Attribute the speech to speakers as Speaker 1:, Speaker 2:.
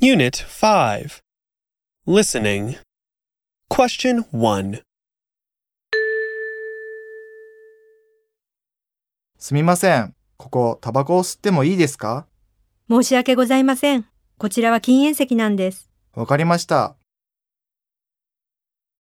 Speaker 1: Unit 5 Listening Question 1
Speaker 2: すみません。ここ、タバコを吸ってもいいですか
Speaker 3: 申し訳ございません。こちらは禁煙席なんです。
Speaker 2: わかりました。